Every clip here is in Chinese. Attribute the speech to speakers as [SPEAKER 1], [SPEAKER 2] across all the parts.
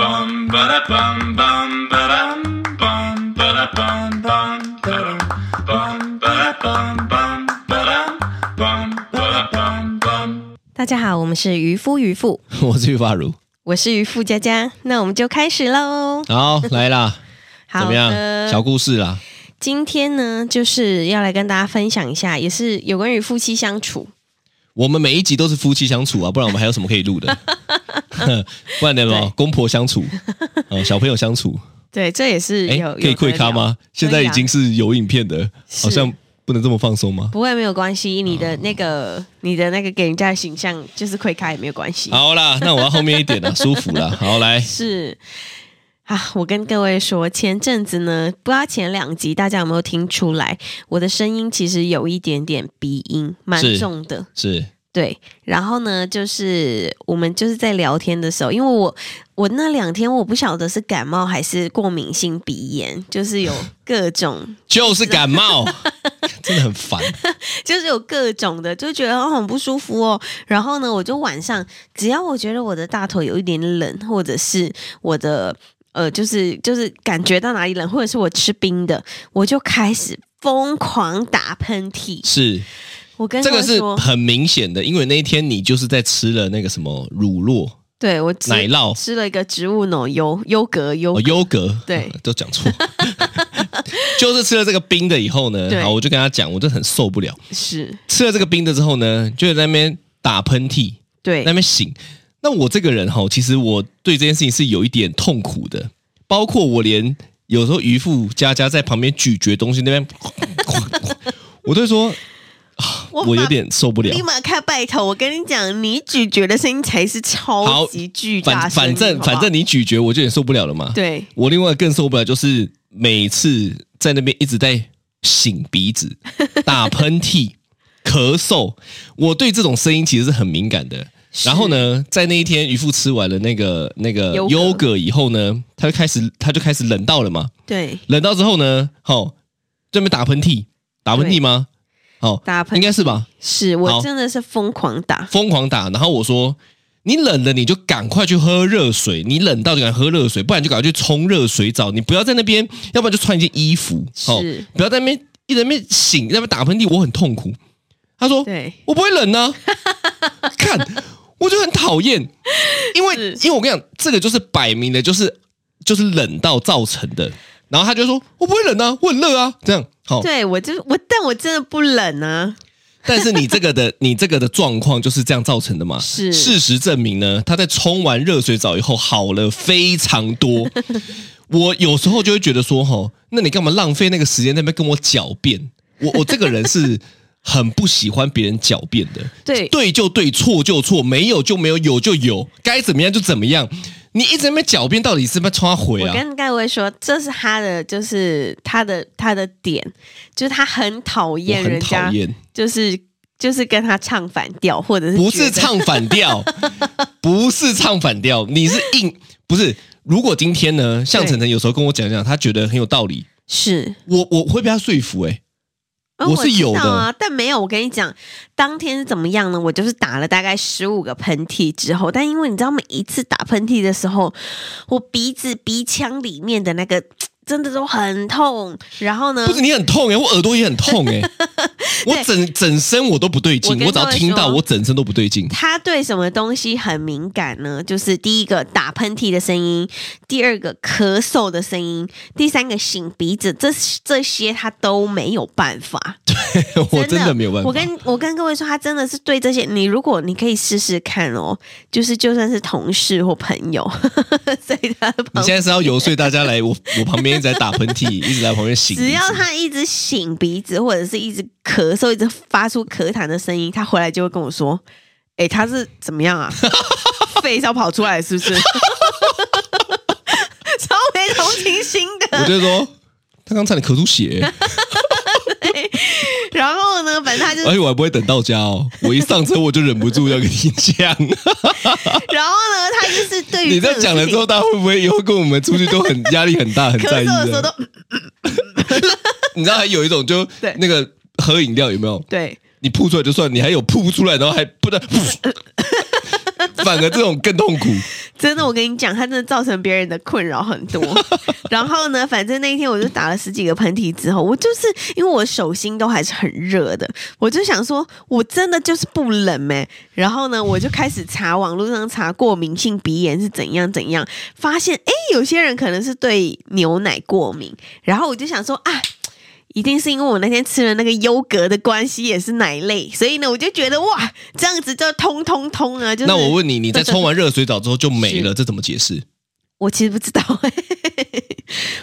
[SPEAKER 1] bum ba da bum bum ba dum bum ba da bum bum ba dum bum ba da bum bum ba dum bum ba da bum bum.
[SPEAKER 2] 大家好，我们是渔夫渔妇，
[SPEAKER 3] 我是玉发如。
[SPEAKER 2] 我是渔夫佳佳，那我们就开始喽。
[SPEAKER 3] 好，来啦，怎
[SPEAKER 2] 好呃
[SPEAKER 3] 么样？小
[SPEAKER 2] 的，
[SPEAKER 3] 故事啦，
[SPEAKER 2] 今天呢，就是要来跟大家分享一下，也是有关于夫妻相处。
[SPEAKER 3] 我们每一集都是夫妻相处啊，不然我们还有什么可以 录的？不然呢？
[SPEAKER 2] 对
[SPEAKER 3] 公婆相处， 呃，小朋友相处，
[SPEAKER 2] 对，这也是
[SPEAKER 3] 哎
[SPEAKER 2] 有，
[SPEAKER 3] 可以
[SPEAKER 2] 会
[SPEAKER 3] 会咖？吗？
[SPEAKER 2] 啊
[SPEAKER 3] 现在已经是有影片的，好像不能这么放松吗？
[SPEAKER 2] 不会，没有关
[SPEAKER 3] 哦
[SPEAKER 2] 系。你的那个，你的那个给人家的形象就是亏开也没有关系。
[SPEAKER 3] 好啦，那我要后面一 点啦，舒服啦。好，来，
[SPEAKER 2] 是啊，我跟各位说，前阵子呢，不知道前两集大家有没有听出来，我的声音其实有一点点鼻音，蛮
[SPEAKER 3] 是
[SPEAKER 2] 重的。
[SPEAKER 3] 是
[SPEAKER 2] 对，然后呢，就是我们就是在聊天的时候，因为我我那两天我不晓得是感冒还是过敏性鼻炎，就是 有各种，
[SPEAKER 3] 就是感 冒，真的很烦。
[SPEAKER 2] 就是有各种的，就觉得哦很不舒服哦。然后呢，我就晚上只要我觉得我的大腿有一点冷，或者是我的呃，就是就是感觉到哪里冷，或者是我吃冰的，我就开始疯狂打喷嚏。
[SPEAKER 3] 是
[SPEAKER 2] 我跟
[SPEAKER 3] 这个
[SPEAKER 2] 各位
[SPEAKER 3] 是
[SPEAKER 2] 说
[SPEAKER 3] 很明显的，因为那一天你就是在吃了那个什么乳酪、
[SPEAKER 2] 对我吃
[SPEAKER 3] 奶酪、
[SPEAKER 2] 吃了一个植物奶优优格优
[SPEAKER 3] 哦，优格，
[SPEAKER 2] 对
[SPEAKER 3] 嗯 都讲错，就是吃了这个冰的以后
[SPEAKER 2] 对
[SPEAKER 3] 呢，好，我就跟他讲，我就很受不了，
[SPEAKER 2] 是。
[SPEAKER 3] 吃了这个冰的之后呢，就在那边打喷嚏，
[SPEAKER 2] 对
[SPEAKER 3] 在那，边醒。那我这个人哈，其实我对这件事情是有一点痛苦的，包括我连有时候渔夫佳佳在旁边咀嚼东西那边， 我都会说啊，
[SPEAKER 2] 我
[SPEAKER 3] 我有
[SPEAKER 2] 把
[SPEAKER 3] 点受不了
[SPEAKER 2] 立。马开拜头！我跟你讲，你咀嚼的声音才是超
[SPEAKER 3] 好
[SPEAKER 2] 级巨大
[SPEAKER 3] 反
[SPEAKER 2] 声音
[SPEAKER 3] 反正
[SPEAKER 2] 好不好
[SPEAKER 3] 反正你咀嚼，我就有点受不了了嘛。
[SPEAKER 2] 对
[SPEAKER 3] 我另外更受不了就是每次在那边一直在擤鼻 子、打喷嚏、咳嗽，我对这种声音其实是很敏感的。然后呢，在那一天渔夫吃完了那个那个
[SPEAKER 2] 优格
[SPEAKER 3] 优格以后呢，他就开始他就开始冷到了嘛，
[SPEAKER 2] 对，
[SPEAKER 3] 冷到之后呢，好、这边打喷嚏，打喷嚏吗？哦，
[SPEAKER 2] 打喷嚏
[SPEAKER 3] 应该是吧，
[SPEAKER 2] 是
[SPEAKER 3] 好
[SPEAKER 2] 我真的是疯狂打，
[SPEAKER 3] 疯狂打。然后我说。你冷了，你就赶快去喝热水。你冷到就赶快喝热水，不然就赶快去冲热水澡。你不要在那边，要不然就穿一件衣服，哦，
[SPEAKER 2] 是
[SPEAKER 3] 不要在那边一直在那边醒，在那边打喷嚏，我很痛苦。他说
[SPEAKER 2] 对，
[SPEAKER 3] 我不会冷 呢、看我就很讨厌，因为
[SPEAKER 2] 是
[SPEAKER 3] 因为我跟你讲，这个就是摆明的，就是就是冷到造成的。然后他就说我不会冷啊，我很热啊，这样好。
[SPEAKER 2] 对我就我，但我真的不冷啊，
[SPEAKER 3] 但是你这个的， 你这个的状况就是这样造成的嘛？
[SPEAKER 2] 是
[SPEAKER 3] 事实证明呢，他在冲完热水澡以后好了非 常多。我有时候就会觉得说，吼，那你干嘛浪费那个时间在那边跟我狡辩？我我这个人是很不喜欢别人狡辩 的。
[SPEAKER 2] 对
[SPEAKER 3] 对啊就对，错就错，没有就没有，有就有，该怎么样就怎么样。你一直在那边狡辩，到底是不是穿回
[SPEAKER 2] 我
[SPEAKER 3] 啊？
[SPEAKER 2] 跟各位说，这是他的，就是他的他的点，就是他很讨
[SPEAKER 3] 我
[SPEAKER 2] 厌
[SPEAKER 3] 很
[SPEAKER 2] 人
[SPEAKER 3] 讨
[SPEAKER 2] 家，
[SPEAKER 3] 厌。
[SPEAKER 2] 就是就是跟他唱反调，或者是
[SPEAKER 3] 不
[SPEAKER 2] 觉得
[SPEAKER 3] 是唱反 调，不是唱反调，你是硬不是？如果今天呢，向晨晨有时候跟我讲讲，他觉得很有道理，
[SPEAKER 2] 是
[SPEAKER 3] 我我会被他说服、欸。
[SPEAKER 2] 啊
[SPEAKER 3] 我是
[SPEAKER 2] 知
[SPEAKER 3] 有
[SPEAKER 2] 道
[SPEAKER 3] 的
[SPEAKER 2] 啊，但没有。我跟你讲，当天是怎么样呢？我就是打了大概十五个喷嚏之后，但因为你知道，每一次打喷嚏的时候，我鼻子鼻腔里面的那个真的都很痛。然后呢
[SPEAKER 3] 不，是你很痛哎、我耳朵也很痛 哎、我整整身我都不对
[SPEAKER 2] 我
[SPEAKER 3] 劲，
[SPEAKER 2] 跟
[SPEAKER 3] 我只要
[SPEAKER 2] 各位
[SPEAKER 3] 听到
[SPEAKER 2] 说
[SPEAKER 3] 我整身都不对劲。
[SPEAKER 2] 他对什么东西很敏感呢？就是第一个打喷嚏的声音，第二个咳嗽的声音，第三个擤鼻子，这这些他都没有办法。
[SPEAKER 3] 我真的没有办法。
[SPEAKER 2] 我跟我跟各位说，他真的是对这些，你如果你可以试试看哦，就是就算是同事或朋友， 在他的
[SPEAKER 3] 你
[SPEAKER 2] 旁
[SPEAKER 3] 现
[SPEAKER 2] 边，
[SPEAKER 3] 在是要游说大家来我我旁边一直在打喷 嚏，一直在旁边擤鼻子。
[SPEAKER 2] 只要他一直擤鼻子或者是一直咳嗽，一直发出咳痰的声音，他回来就会跟我说：“哎、他是怎么样啊？ 肺是要跑出来是不是？”超没同情心
[SPEAKER 3] 我
[SPEAKER 2] 的。
[SPEAKER 3] 就说他刚差点咳出 血、欸，
[SPEAKER 2] 然后呢，反正他就
[SPEAKER 3] 哎而且我还不会等到家哦，我一上车我就忍不住要跟你讲。
[SPEAKER 2] 然后呢，他就是对于
[SPEAKER 3] 你
[SPEAKER 2] 这
[SPEAKER 3] 在
[SPEAKER 2] 种
[SPEAKER 3] 讲
[SPEAKER 2] 事
[SPEAKER 3] 了
[SPEAKER 2] 情
[SPEAKER 3] 之后，大家会不会以后跟我们出去都很压力很大，很
[SPEAKER 2] 咳
[SPEAKER 3] 在意
[SPEAKER 2] 嗽的时候
[SPEAKER 3] 的？
[SPEAKER 2] 都
[SPEAKER 3] 你知道还有一种就
[SPEAKER 2] 对
[SPEAKER 3] 那个喝饮料有没有？
[SPEAKER 2] 对。
[SPEAKER 3] 你吐出来就算，你还有吐出来，然后还不能， 反而这种更痛苦。
[SPEAKER 2] 真的，我跟你讲，它真的造成别人的困扰很多。 然后呢，反正那一天我就打了十几个喷嚏之后，我就是因为我手心都还是很热的，我就想说，我真的就是不冷哎、然后呢，我就开始查网络上查过敏性鼻炎是怎样怎样，发现哎，有些人可能是对牛奶过敏，然后我就想说啊。一定是因为我那天吃了那个优格的关系，也是奶类，所以呢，我就觉得哇，这样子就通通通啊！就是
[SPEAKER 3] 那我问你，你在冲完热水澡之后就没了，这怎么解释？
[SPEAKER 2] 我其实不知道、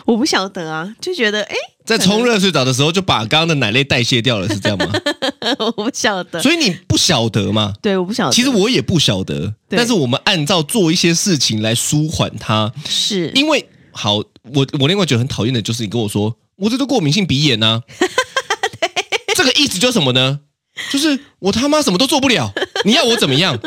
[SPEAKER 2] 我不晓得啊，就觉得哎、
[SPEAKER 3] 在冲热水澡的时候就把刚刚的奶类代谢掉了，是这样 吗？
[SPEAKER 2] 我不晓得，
[SPEAKER 3] 所以你不晓得吗？
[SPEAKER 2] 对，我不晓得。
[SPEAKER 3] 其实我也不晓得，
[SPEAKER 2] 对
[SPEAKER 3] 但是我们按照做一些事情来舒缓它，
[SPEAKER 2] 是
[SPEAKER 3] 因为好，我我另外觉得很讨厌的就是你跟我说我这都过敏性鼻炎 呐、这个意思就是什么呢？就是我他妈什么都做不 了，你要我怎么样？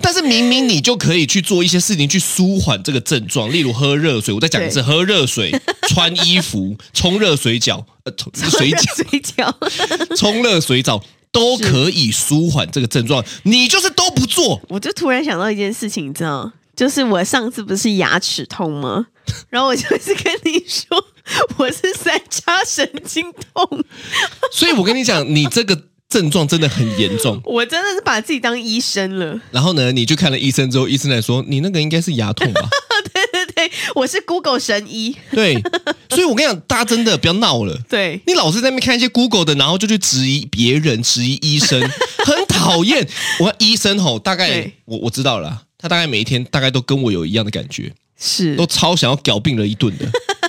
[SPEAKER 3] 但是明明你就可以去做一些事情去舒缓这个症状，例如喝热水。我再讲一次，
[SPEAKER 2] 对
[SPEAKER 3] 喝热 水、穿衣服、冲热水饺、呃，冲水 饺、
[SPEAKER 2] 水饺，
[SPEAKER 3] 冲热水澡都可以舒缓这个症状，你就是都不做。
[SPEAKER 2] 我就突然想到一件事情，你知道，就是我上次不是牙齿痛吗？然后我就是跟你说，我是三叉神经痛，
[SPEAKER 3] 所以我跟你讲，你这个症状真的很严重。
[SPEAKER 2] 我真的是把自己当医生了。
[SPEAKER 3] 然后呢，你去看了医生之后，医生来说你那个应该是牙痛吧？
[SPEAKER 2] 对对对，我是 Google 神医，
[SPEAKER 3] 对，所以我跟你讲，大家真的不要闹了。
[SPEAKER 2] 对，
[SPEAKER 3] 你老是在那边看一些 Google 的，然后就去质疑别人、质疑医生，很讨厌。 我医生吼，大概
[SPEAKER 2] 对
[SPEAKER 3] 我我知道了啦，他大概每一天大概都跟我有一样的感觉，
[SPEAKER 2] 是
[SPEAKER 3] 都超想要屌病了一顿的。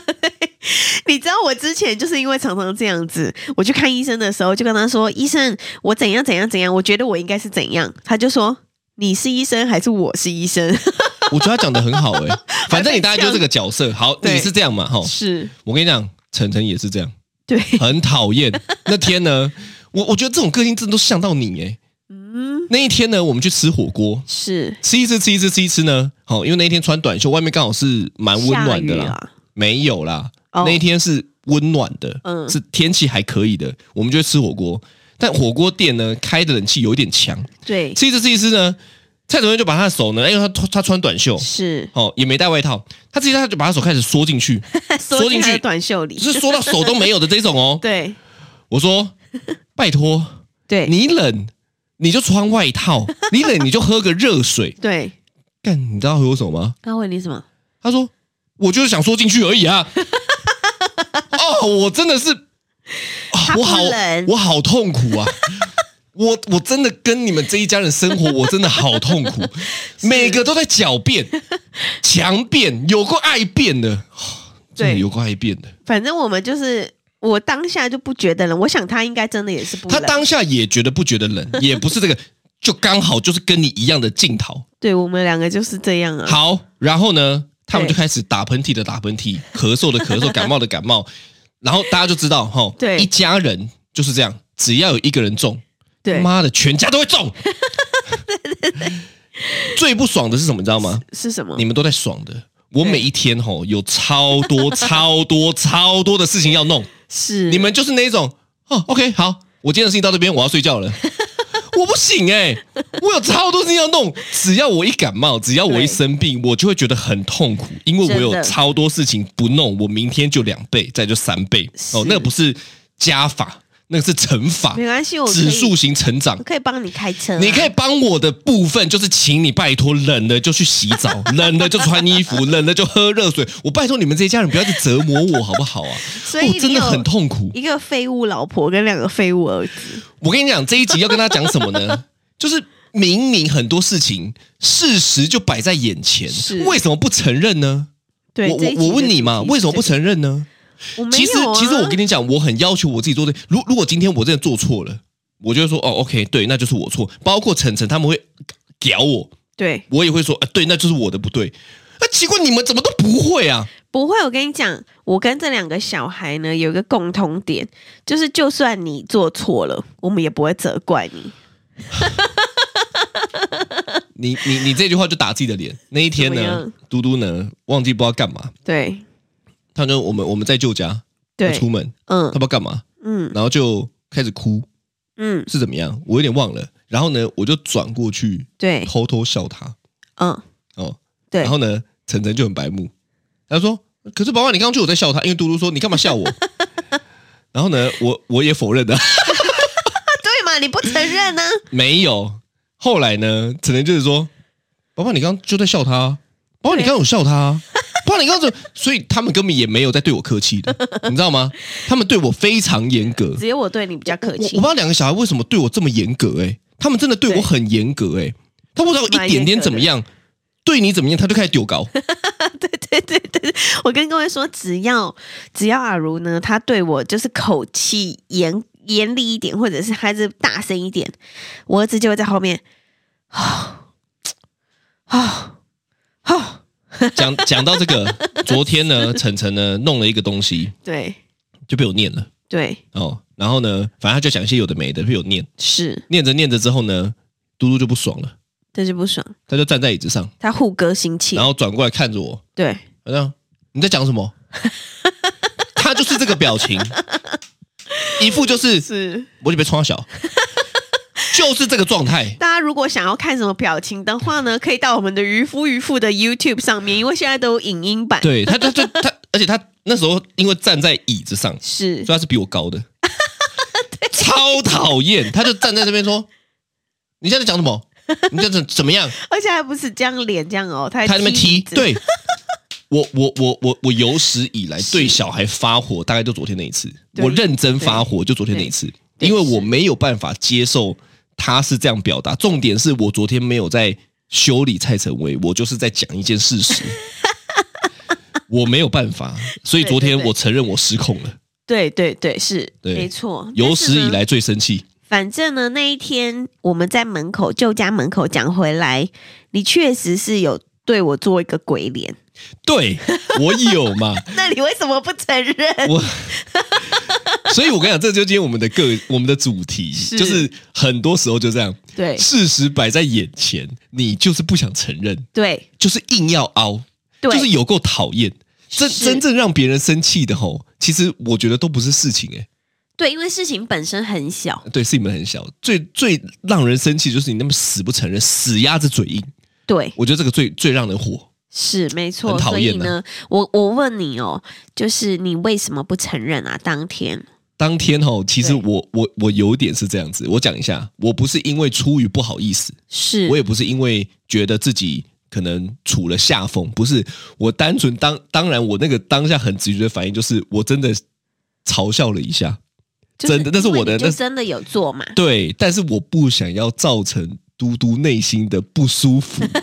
[SPEAKER 2] 你知道我之前就是因为常常这样子，我去看医生的时候就跟他说：“医生，我怎样怎样怎样，我觉得我应该是怎样。”他就说：“你是医生还是我是医生
[SPEAKER 3] 我觉得他讲的很好哎、反正你大概就是这个角色。好，
[SPEAKER 2] 对
[SPEAKER 3] 你是这样 嘛？？”吼，
[SPEAKER 2] 是，
[SPEAKER 3] 我跟你讲，晨晨也是这样，
[SPEAKER 2] 对，
[SPEAKER 3] 很讨厌。那天呢，我我觉得这种个性真的都像到你哎、
[SPEAKER 2] 嗯，
[SPEAKER 3] 那一天呢，我们去吃火锅，
[SPEAKER 2] 是
[SPEAKER 3] 吃一吃，吃一吃，吃一吃呢。好，因为那一天穿短袖，外面刚好是蛮温暖的
[SPEAKER 2] 下
[SPEAKER 3] 啦。
[SPEAKER 2] 雨啊
[SPEAKER 3] 没有啦，
[SPEAKER 2] 哦
[SPEAKER 3] 那一天是温暖的，
[SPEAKER 2] 嗯
[SPEAKER 3] 是天气还可以的，我们就去吃火锅。但火锅店呢，开的冷气有一点强，
[SPEAKER 2] 对，
[SPEAKER 3] 吃一吃，吃一吃呢，蔡主任就把他的手呢，因为他他穿短袖，
[SPEAKER 2] 是
[SPEAKER 3] 哦，也没带外套，他直接他就把他手开始缩进去，
[SPEAKER 2] 缩进
[SPEAKER 3] 进
[SPEAKER 2] 他的
[SPEAKER 3] 去
[SPEAKER 2] 短袖里，
[SPEAKER 3] 是缩到手都没有的这种哦。
[SPEAKER 2] 对
[SPEAKER 3] 我说，拜托，
[SPEAKER 2] 对，
[SPEAKER 3] 你冷你就穿外 套，你冷你就喝个热水。
[SPEAKER 2] 对，
[SPEAKER 3] 干，你知道回我什么吗？
[SPEAKER 2] 他问你什么？
[SPEAKER 3] 他说：“我就是想说进去而已 啊。”哦，我真的是，啊
[SPEAKER 2] 他不
[SPEAKER 3] 我好
[SPEAKER 2] 冷，
[SPEAKER 3] 我好痛苦啊！我我真的跟你们这一家人生 活，我真的好痛苦，每个都在狡辩、强辩，有过爱辩的，哦真的
[SPEAKER 2] 对
[SPEAKER 3] 有过爱辩的。
[SPEAKER 2] 反正我们就是。我当下就不觉得冷，我想他应该真的也是不
[SPEAKER 3] 他
[SPEAKER 2] 冷。
[SPEAKER 3] 当下也觉得不觉得冷，也不是这个，就刚好就是跟你一样的镜头。
[SPEAKER 2] 对我们两个就是这样啊。
[SPEAKER 3] 好，然后呢，他们就
[SPEAKER 2] 对
[SPEAKER 3] 开始打喷嚏的打喷嚏，咳嗽的咳嗽，感冒的 感冒，然后大家就知道哈，吼
[SPEAKER 2] 对
[SPEAKER 3] 一家人就是这样，只要有一个人中，
[SPEAKER 2] 对，
[SPEAKER 3] 妈的，全家都会 中。最不爽的是什么，你知道吗？
[SPEAKER 2] 是什么
[SPEAKER 3] 你？们都在爽的。我
[SPEAKER 2] 嗯对
[SPEAKER 3] 每一天吼有超多超多超多的事情要弄，
[SPEAKER 2] 是
[SPEAKER 3] 你们就是那种哦，OK，好，我今天的事情到这边，我要睡觉了。 我不行哎、我有超多事情要弄。只要我一感冒，只要我一
[SPEAKER 2] 对
[SPEAKER 3] 生病，我就会觉得很痛苦，因为我
[SPEAKER 2] 真
[SPEAKER 3] 有
[SPEAKER 2] 的
[SPEAKER 3] 超多事情不弄，我明天就两倍，再就三倍。哦，
[SPEAKER 2] 是
[SPEAKER 3] 那个不是加法，那个是乘法
[SPEAKER 2] 没，关系，我可以
[SPEAKER 3] 指数型成长
[SPEAKER 2] 我。可以帮你开车啊、
[SPEAKER 3] 你可以帮我的部分就是，请你拜托，冷了就去洗 澡，冷了就穿衣服，冷了就喝热水。我拜托你们这一家人不要去折磨我，好不好啊？
[SPEAKER 2] 所以
[SPEAKER 3] 我
[SPEAKER 2] 你
[SPEAKER 3] 真的
[SPEAKER 2] 有
[SPEAKER 3] 很痛苦。
[SPEAKER 2] 一个废物老婆跟两个废物儿子，
[SPEAKER 3] 我跟你讲，这一集要跟他讲什么 呢？就是明明很多事情，事实就摆在眼前
[SPEAKER 2] 是，
[SPEAKER 3] 为什么不承认呢？
[SPEAKER 2] 对，
[SPEAKER 3] 我
[SPEAKER 2] 这一集
[SPEAKER 3] 我我问你嘛，
[SPEAKER 2] 的主题
[SPEAKER 3] 为什么不
[SPEAKER 2] 是
[SPEAKER 3] 承认呢？
[SPEAKER 2] 这个？我没
[SPEAKER 3] 其实
[SPEAKER 2] 有啊
[SPEAKER 3] 其实我跟你讲，我很要求我自己做对。如如果今天我真的做错了，我就会说哦，OK，对，那就是我错。包括晨晨他们会屌我，
[SPEAKER 2] 对
[SPEAKER 3] 我也会说啊，对，那就是我的不对。啊，奇怪，你们怎么都不会啊？
[SPEAKER 2] 不会，我跟你讲，我跟这两个小孩呢有一个共同点，就是就算你做错了，我们也不会责怪你。
[SPEAKER 3] 你你你这句话就打自己的脸。那一天
[SPEAKER 2] 怎么
[SPEAKER 3] 呢
[SPEAKER 2] 样，
[SPEAKER 3] 嘟嘟呢忘记不知道干嘛，
[SPEAKER 2] 对
[SPEAKER 3] 他就我们我们在舅家，他
[SPEAKER 2] 对
[SPEAKER 3] 出，门，他
[SPEAKER 2] 嗯
[SPEAKER 3] 不知道干嘛，
[SPEAKER 2] 嗯
[SPEAKER 3] 然后就开始哭，
[SPEAKER 2] 嗯，
[SPEAKER 3] 是怎么样？我有点忘了。然后呢，我就转过去
[SPEAKER 2] 对
[SPEAKER 3] 偷偷笑他，
[SPEAKER 2] 嗯，
[SPEAKER 3] 哦，
[SPEAKER 2] 哎对
[SPEAKER 3] 然，后呢，晨晨就很白目，他说：“可是宝宝，你刚刚就有在笑他，因为嘟嘟说你干嘛笑我？” 然后呢，我我也否认的，啊
[SPEAKER 2] 啊对嘛，你不承认 呢、
[SPEAKER 3] 没有。后来呢，晨晨就是说：“宝宝，你刚刚就在笑他啊，宝宝，
[SPEAKER 2] 对
[SPEAKER 3] 你
[SPEAKER 2] 啊
[SPEAKER 3] 刚刚有笑他啊，宝宝，你刚刚就…… 所以他们根本也没有在对我客气的，你知道吗？他们对我非常严格，
[SPEAKER 2] 只有我对你比较客
[SPEAKER 3] 我我
[SPEAKER 2] 气
[SPEAKER 3] 不知。道两个小孩为什么对我这么严格哎、他们真的对我
[SPEAKER 2] 对
[SPEAKER 3] 很严格哎、他不知道一点点怎么样，对你怎么样，他就开始丢高。
[SPEAKER 2] 对对对，我跟各位说，只要只要阿如呢，他对我就是口气严严厉一点，或者是孩子大声一点，我儿子就会在后面，哦啊啊啊！
[SPEAKER 3] 讲 讲到这个，昨天呢，晨晨呢弄了一个东西
[SPEAKER 2] 对
[SPEAKER 3] 就被我念了
[SPEAKER 2] 对，
[SPEAKER 3] 哦，然后呢，反正他就讲一些有的没的，被我念，
[SPEAKER 2] 是，
[SPEAKER 3] 念着念着之后呢，嘟嘟就不爽了，
[SPEAKER 2] 但是不爽，
[SPEAKER 3] 他就站在椅子上，
[SPEAKER 2] 他互割心气
[SPEAKER 3] 然，后转过来看着我，
[SPEAKER 2] 对，
[SPEAKER 3] 好像你在讲什 么？他就是这个表情，一副就是
[SPEAKER 2] 是。
[SPEAKER 3] 我就被冲小，就是这个状态。
[SPEAKER 2] 大家如果想要看什么表情的话呢，可以到我们的渔夫渔妇的 YouTube 上面，因为现在都有影音版。
[SPEAKER 3] 对他，他就他，而且他那时候因为站在椅子上，所
[SPEAKER 2] 是
[SPEAKER 3] 以，他是比我高的，超讨厌。他就站在这边说：“你现在讲什么？你这怎怎么样
[SPEAKER 2] 而且还不是这样脸这样哦，他？”还
[SPEAKER 3] 他在那边踢，
[SPEAKER 2] 椅子
[SPEAKER 3] 对我，我，我，我，我有史以来对小孩发火，大概就昨天那一次，
[SPEAKER 2] 对
[SPEAKER 3] 我认真发火就昨天那一次，
[SPEAKER 2] 对
[SPEAKER 3] 因为
[SPEAKER 2] 是
[SPEAKER 3] 我没有办法接受他是这样表达。重点是我昨天没有在修理蔡成威，我就是在讲一件事 实。我没有办法，所以
[SPEAKER 2] 对
[SPEAKER 3] 昨天
[SPEAKER 2] 对对
[SPEAKER 3] 我承认我失控了，
[SPEAKER 2] 对对对，是
[SPEAKER 3] 对
[SPEAKER 2] 没错。
[SPEAKER 3] 有
[SPEAKER 2] 但是
[SPEAKER 3] 史以
[SPEAKER 2] 呢，
[SPEAKER 3] 来最生气。
[SPEAKER 2] 反正呢，那一天我们在门口旧家门口讲回来，你确实是有对我做一个鬼脸，
[SPEAKER 3] 对我有 嘛，
[SPEAKER 2] 那你为什么不承 认？
[SPEAKER 3] 我，所以我跟你讲，这就是今天我们的个我们的主题，
[SPEAKER 2] 是
[SPEAKER 3] 就是很多时候就这样，
[SPEAKER 2] 对
[SPEAKER 3] 事实摆在眼前，你就是不想承认，
[SPEAKER 2] 对
[SPEAKER 3] 就是硬要凹，
[SPEAKER 2] 对，
[SPEAKER 3] 就是有够讨厌。真
[SPEAKER 2] 是
[SPEAKER 3] 真正让别人生气的吼，其实我觉得都不是事情哎、
[SPEAKER 2] 对，因为事情本身很小，
[SPEAKER 3] 对，是你们很小，最最让人生气就是你那么死不承认，死鸭子嘴硬，
[SPEAKER 2] 对，
[SPEAKER 3] 我觉得这个最最让人火。
[SPEAKER 2] 是没错。
[SPEAKER 3] 很讨
[SPEAKER 2] 所以
[SPEAKER 3] 厌啊
[SPEAKER 2] 呢，我我问你哦，就是你为什么不承认啊？当天
[SPEAKER 3] 当天吼，其实
[SPEAKER 2] 对
[SPEAKER 3] 我我我有点是这样子，我讲一下，我不是因为出于不好意思，
[SPEAKER 2] 是
[SPEAKER 3] 我也不是因为觉得自己可能处了下风，不是我单纯当当然我那个当下很直觉的反应就是我真的嘲笑了一下，
[SPEAKER 2] 就是
[SPEAKER 3] 真的那是
[SPEAKER 2] 因为
[SPEAKER 3] 我的
[SPEAKER 2] 你就
[SPEAKER 3] 那是
[SPEAKER 2] 真的有做嘛？
[SPEAKER 3] 对，但是我不想要造成嘟嘟内心的不舒服。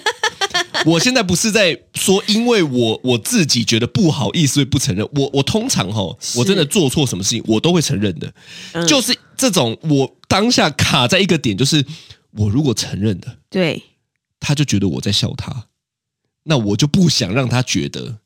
[SPEAKER 3] 我现在不是在说，因为我我自己觉得不好意思，所以不承认。我我通常哈，
[SPEAKER 2] 是
[SPEAKER 3] 我真的做错什么事情，我都会承认的。
[SPEAKER 2] 嗯
[SPEAKER 3] 就是这种，我当下卡在一个点，就是我如果承认了，
[SPEAKER 2] 对，
[SPEAKER 3] 他就觉得我在笑他，那我就不想让他觉得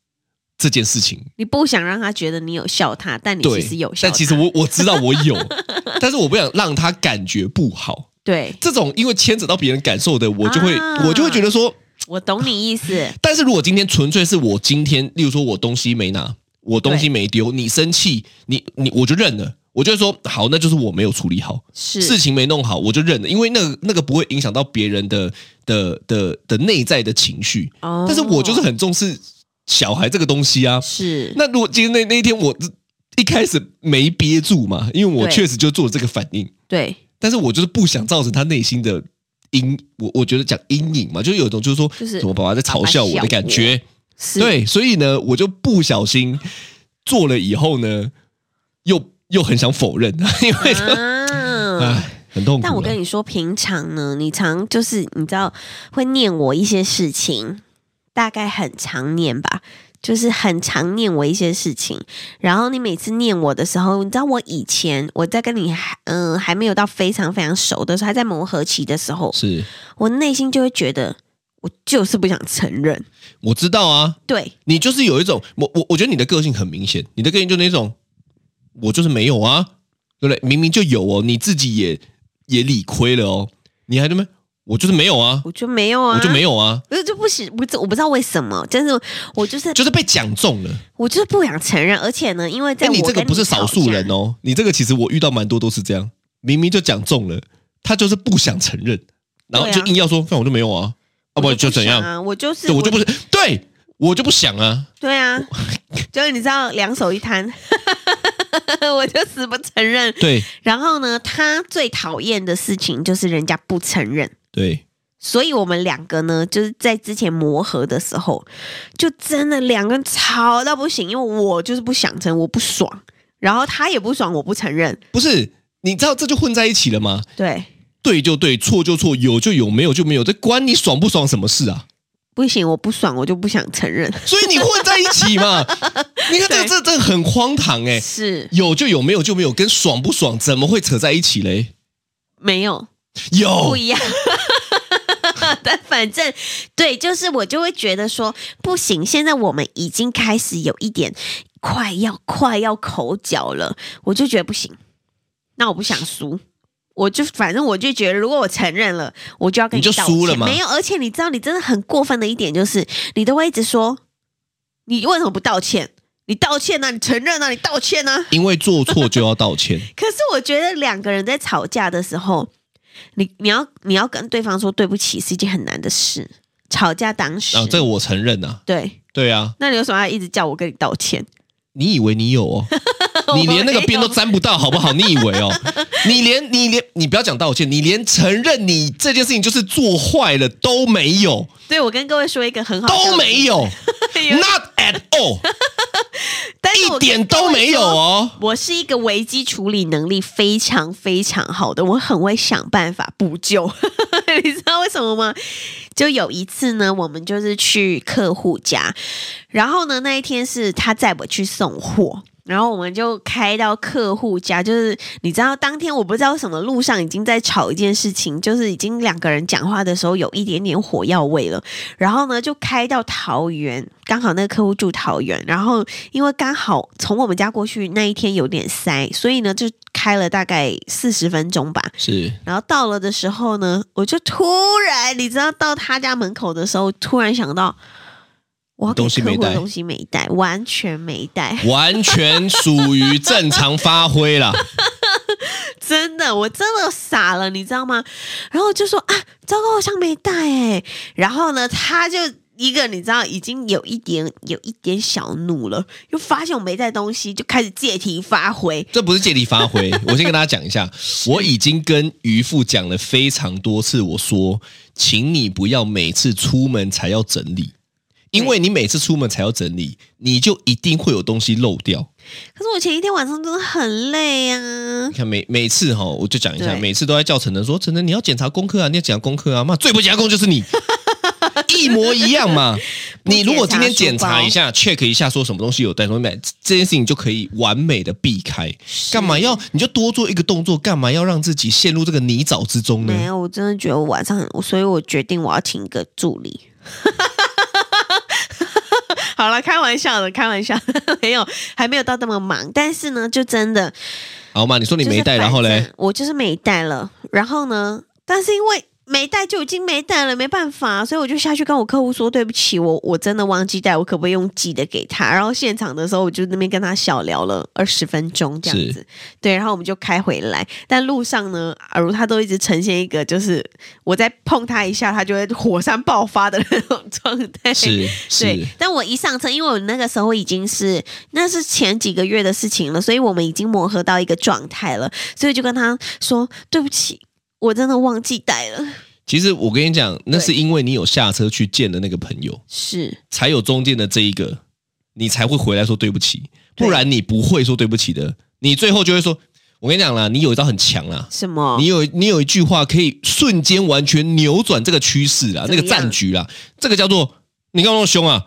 [SPEAKER 3] 这件事情
[SPEAKER 2] 你不想让他觉得你有笑他，但你
[SPEAKER 3] 对
[SPEAKER 2] 其实有笑
[SPEAKER 3] 但
[SPEAKER 2] 他，
[SPEAKER 3] 其实我我知道我有， 但是我不想让他感觉不好。
[SPEAKER 2] 对，
[SPEAKER 3] 这种因为牵扯到别人感受的，我就会、
[SPEAKER 2] 啊
[SPEAKER 3] 我就会觉得说，
[SPEAKER 2] 我懂你意思。
[SPEAKER 3] 但是如果今天纯粹是我今天，例如说我东西没拿，我东西
[SPEAKER 2] 对
[SPEAKER 3] 没丢，你生气，你你我就认了，我就会说好，那就是我没有处理好，
[SPEAKER 2] 是
[SPEAKER 3] 事情没弄好，我就认了，因为那个那个不会影响到别人的的的的内在的情绪，
[SPEAKER 2] 哦
[SPEAKER 3] 但是我就是很重视小孩这个东西啊。
[SPEAKER 2] 是
[SPEAKER 3] 那如果今天那那一天我一开始没憋住嘛，因为我
[SPEAKER 2] 对
[SPEAKER 3] 确实就做了这个反应，
[SPEAKER 2] 对，
[SPEAKER 3] 但是我就是不想造成他内心的阴，我我觉得讲阴影嘛，就是有一种就是说，
[SPEAKER 2] 就是
[SPEAKER 3] 怎么爸爸在嘲笑我的感觉，
[SPEAKER 2] 是
[SPEAKER 3] 对，所以呢，我就不小心做了以后呢，又又很想否认， 因为
[SPEAKER 2] 啊。
[SPEAKER 3] 哎，很痛苦了。
[SPEAKER 2] 但我跟你说，平常呢，你常就是你知道会念我一些事情，大概很常念吧，就是很常念我一些事情。然后你每次念我的时候，你知道我以前我在跟你还嗯、还没有到非常非常熟的时候，还在磨合期的时候，
[SPEAKER 3] 是
[SPEAKER 2] 我内心就会觉得我就是不想承认，
[SPEAKER 3] 我知道啊，
[SPEAKER 2] 对
[SPEAKER 3] 你就是有一种，我我我觉得你的个性很明显，你的个性就那种，我就是没有啊，对不对？明明就有哦，你自己也也理亏了哦，你还那么我就是没有啊，
[SPEAKER 2] 我就没有啊，
[SPEAKER 3] 我就没有啊，
[SPEAKER 2] 我就不行，不知我不知道为什么，但是我就是
[SPEAKER 3] 就是被讲中了。
[SPEAKER 2] 我就是不想承认，而且呢，因为在
[SPEAKER 3] 哎，
[SPEAKER 2] 我
[SPEAKER 3] 你这个
[SPEAKER 2] 跟
[SPEAKER 3] 不是少数人
[SPEAKER 2] 哦，
[SPEAKER 3] 哦，你这个其实我遇到蛮多都是这样，明明就讲中了，他就是不想承认，然后
[SPEAKER 2] 对啊
[SPEAKER 3] 就硬要说，那、我就没有啊，啊不
[SPEAKER 2] 我
[SPEAKER 3] 就
[SPEAKER 2] 不
[SPEAKER 3] 怎
[SPEAKER 2] 想
[SPEAKER 3] 样？
[SPEAKER 2] 啊？我就是
[SPEAKER 3] 对我就不是，对我就不想啊。
[SPEAKER 2] 对 啊，就是你知道两手一摊， 我就死不承认。
[SPEAKER 3] 对
[SPEAKER 2] 然后呢，他最讨厌的事情就是人家不承认。
[SPEAKER 3] 对，
[SPEAKER 2] 所以我们两个呢，就是在之前磨合的时候，就真的两个人吵到不行，因为我就是不想承认，我不爽，然后他也不爽，我不承认，
[SPEAKER 3] 不是，你知道这就混在一起了吗？
[SPEAKER 2] 对，
[SPEAKER 3] 对就对，错就错，有就有，没有就没有，这关你爽不爽什么事啊？
[SPEAKER 2] 不行，我不爽，我就不想承认，
[SPEAKER 3] 所以你混在一 起嘛，你看这
[SPEAKER 2] 对
[SPEAKER 3] 这这很荒唐 哎、
[SPEAKER 2] 是
[SPEAKER 3] 有就有，没有就没有，跟爽不爽怎么会扯在一起嘞？
[SPEAKER 2] 没有
[SPEAKER 3] 有
[SPEAKER 2] 不，一样。 但反正对，就是我就会觉得说不行，现在我们已经开始有一点快要快要口角了，我就觉得不行，那我不想输，我就反正我就觉得，如果我承认了，我就要跟
[SPEAKER 3] 你就
[SPEAKER 2] 道
[SPEAKER 3] 输了
[SPEAKER 2] 歉
[SPEAKER 3] 吗
[SPEAKER 2] 没有，而且你知道，你真的很过分的一点就是，你都会一直说你为什么不道歉？你道歉啊呐、你承认呐、你道歉啊呐、
[SPEAKER 3] 因为做错就要 道歉。
[SPEAKER 2] 可是我觉得两个人在吵架的时候，你你要你要跟对方说对不起是一件很难的事。吵架当时，
[SPEAKER 3] 啊，这个我承认啊，
[SPEAKER 2] 对，
[SPEAKER 3] 对啊，
[SPEAKER 2] 那你为什么要一直叫我跟你道歉？
[SPEAKER 3] 你以为你有 哦？你连那个边都沾不到，好不好？你以为哦？你连你连你不要讲道歉，你连承认你这件事情就是做坏了都没有，
[SPEAKER 2] 对，我跟各位说一个很好笑
[SPEAKER 3] 都
[SPEAKER 2] 的
[SPEAKER 3] 没有
[SPEAKER 2] 有
[SPEAKER 3] ，not at all，
[SPEAKER 2] 但是
[SPEAKER 3] 一
[SPEAKER 2] 我跟
[SPEAKER 3] 点
[SPEAKER 2] 各
[SPEAKER 3] 都
[SPEAKER 2] 位
[SPEAKER 3] 没有
[SPEAKER 2] 说。
[SPEAKER 3] 哦。
[SPEAKER 2] 我是一个危机处理能力非常非常好的，我很会想办法补救。 你知道为什么吗？就有一次呢，我们就是去客户家，然后呢那一天是他载我去送货。然后我们就开到客户家，就是你知道，当天我不知道为什么路上已经在吵一件事情，就是已经两个人讲话的时候有一点点火药味了。然后呢，就开到桃园，刚好那个客户住桃园，然后因为刚好从我们家过去那一天有点塞，所以呢就开了大概四十分钟吧。
[SPEAKER 3] 是
[SPEAKER 2] 然后到了的时候呢，我就突然，你知道到他家门口的时候，突然想到我要给
[SPEAKER 3] 东西
[SPEAKER 2] 客
[SPEAKER 3] 没
[SPEAKER 2] 户的
[SPEAKER 3] 带
[SPEAKER 2] 东西没带，完全没带，
[SPEAKER 3] 完全属于正常发挥啦。
[SPEAKER 2] 真的，我真的傻了，你知道吗？然后我就说啊，糟糕，好像没带哎。然后呢，他就一个你知道，已经有一点有一点小怒了，又发现我没带东西，就开始借题发挥。
[SPEAKER 3] 这不是借题发挥，我先跟大家讲一下，我已经跟渔夫讲了非常多次，我说，请你不要每次出门才要整理，因为你每次出门才要整理，你就一定会有东西漏掉。
[SPEAKER 2] 可是我前一天晚上真的很累啊
[SPEAKER 3] 你，看每每次哈、我就讲一下，
[SPEAKER 2] 对
[SPEAKER 3] 每次都在叫陈晨说，陈晨你要检查功课啊，你要检查功课啊，妈最不检查功课就是 你。一模一样嘛，
[SPEAKER 2] 不
[SPEAKER 3] 你如果今天
[SPEAKER 2] 检
[SPEAKER 3] 检
[SPEAKER 2] 查书包
[SPEAKER 3] 查一下，check 一下说什么东西有带，什么没带，这件事情就可以完美的避开。干嘛要你就多做一个动作？干嘛要让自己陷入这个泥沼之中
[SPEAKER 2] 没
[SPEAKER 3] 呢？
[SPEAKER 2] 有，我真的觉得我晚上很，所以我决定我要请一个助理。 好了，开玩笑的，开玩笑的， 没有，还没有到那么忙，但是呢，就真的
[SPEAKER 3] 好嘛，你说你没带，
[SPEAKER 2] 就是
[SPEAKER 3] 然后
[SPEAKER 2] 反
[SPEAKER 3] 嘞，
[SPEAKER 2] 正我就是没带了，然后呢，但是因为没带就已经没带了，没办法，所以我就下去跟我客户说对不起，我我真的忘记带，我可不可以用寄的给他？然后现场的时候，我就那边跟他小聊了二十分钟这样子，对，然后我们就开回来，但路上呢，阿如他都一直呈现一个就是我再碰他一下，他就会火山爆发的那种状态，
[SPEAKER 3] 是
[SPEAKER 2] 对
[SPEAKER 3] 是，，
[SPEAKER 2] 但我一上车，因为我那个时候已经是那是前几个月的事情了，所以我们已经磨合到一个状态了，所以就跟他说对不起，我真的忘记带了。
[SPEAKER 3] 其实我跟你讲，那是因为你有下车去见的那个朋友，
[SPEAKER 2] 是，
[SPEAKER 3] 才有中间的这一个，你才会回来说对不起，
[SPEAKER 2] 对
[SPEAKER 3] 不然你不会说对不起的，你最后就会说，我跟你讲啦，你有一招很强啦。
[SPEAKER 2] 什么？
[SPEAKER 3] 你有你有一句话可以瞬间完全扭转这个趋势啦，
[SPEAKER 2] 怎么
[SPEAKER 3] 那
[SPEAKER 2] 样
[SPEAKER 3] 个战局啦，这个叫做你干嘛那么凶啊？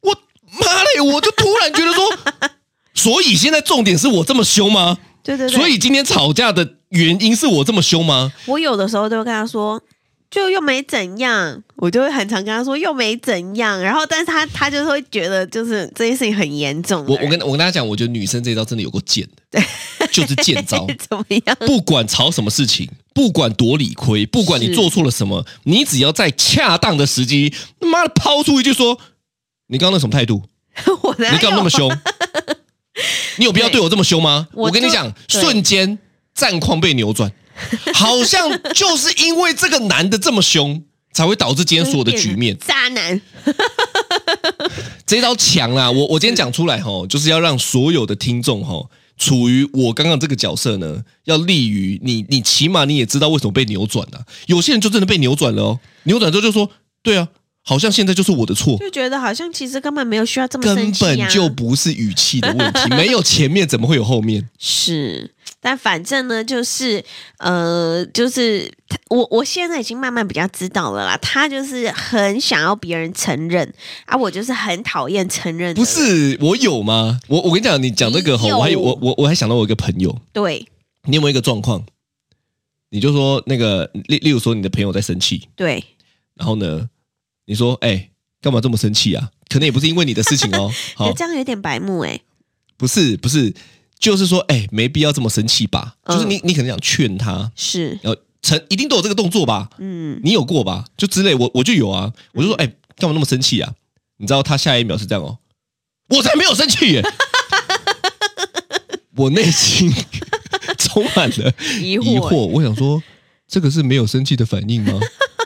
[SPEAKER 3] 我妈嘞！我就突然觉得 说，所以现在重点是我这么凶吗？
[SPEAKER 2] 对对对，
[SPEAKER 3] 所以今天吵架的原因是我这么凶吗？
[SPEAKER 2] 我有的时候都会跟他说。就又没怎样，我就会很常跟他说又没怎样，然后但是他他就是会觉得就是这件事情很严重的
[SPEAKER 3] 我我
[SPEAKER 2] 人。。
[SPEAKER 3] 跟我跟大家讲，我觉得女生这一招真的有够贱的，就是贱招
[SPEAKER 2] 怎么样？
[SPEAKER 3] 不管吵什么事情，不管多理亏，不管你
[SPEAKER 2] 是
[SPEAKER 3] 做错了什么，你只要在恰当的时机，他妈的抛出一句说：“你刚刚那什么态度？”
[SPEAKER 2] 我哪
[SPEAKER 3] 你干嘛那
[SPEAKER 2] 有
[SPEAKER 3] 么 凶？你有必要对我这么凶吗？
[SPEAKER 2] 我
[SPEAKER 3] 我跟你
[SPEAKER 2] 就
[SPEAKER 3] 讲，
[SPEAKER 2] 对
[SPEAKER 3] 瞬间 战况被扭转，好像就是因为这个男的这么凶，才会导致今天所有的局面。
[SPEAKER 2] 渣男，
[SPEAKER 3] 这一招强
[SPEAKER 2] 嗯
[SPEAKER 3] 啦！我我今天讲出来吼，就是要让所有的听众吼，处于我刚刚这个角色呢，要立于你，你起码你也知道为什么被扭转了、有些人就真的被扭转了哦，扭转之后就说，对啊，好像现在就是我的错，
[SPEAKER 2] 就觉得好像其实根本没有需要这么
[SPEAKER 3] 根
[SPEAKER 2] 生气啊
[SPEAKER 3] 本就不是语气的问题，没有前面怎么会有 后面？
[SPEAKER 2] 是，但反正呢，就是呃，就是他我我现在已经慢慢比较知道了啦。他就是很想要别人承认啊，我就是很讨厌承认的
[SPEAKER 3] 不
[SPEAKER 2] 人。
[SPEAKER 3] 是我有吗？我我跟你讲，你讲这个吼，
[SPEAKER 2] 你有
[SPEAKER 3] 我还有我我我还想到我一个朋友，
[SPEAKER 2] 对
[SPEAKER 3] 你有没有一个状况？你就说那个例例如说你的朋友在生气，
[SPEAKER 2] 对，
[SPEAKER 3] 然后呢，你说，哎、干嘛这么生气啊？可能也不是因为你的事情 哦，好
[SPEAKER 2] 可，这样有点白目哎、
[SPEAKER 3] 不是不是，就是说，哎、没必要这么生气吧？
[SPEAKER 2] 嗯
[SPEAKER 3] 就是你你可能想劝他，
[SPEAKER 2] 是，
[SPEAKER 3] 然后成一定都有这个动作吧？
[SPEAKER 2] 嗯，
[SPEAKER 3] 你有过吧？就之类，我我就有啊，我就说，哎、干嘛那么生气啊？你知道他下一秒是这样哦，我才没有生 气耶，我内心充满了
[SPEAKER 2] 疑
[SPEAKER 3] 疑
[SPEAKER 2] 惑，欸
[SPEAKER 3] 惑，我想说，这个是没有生气的反 应吗？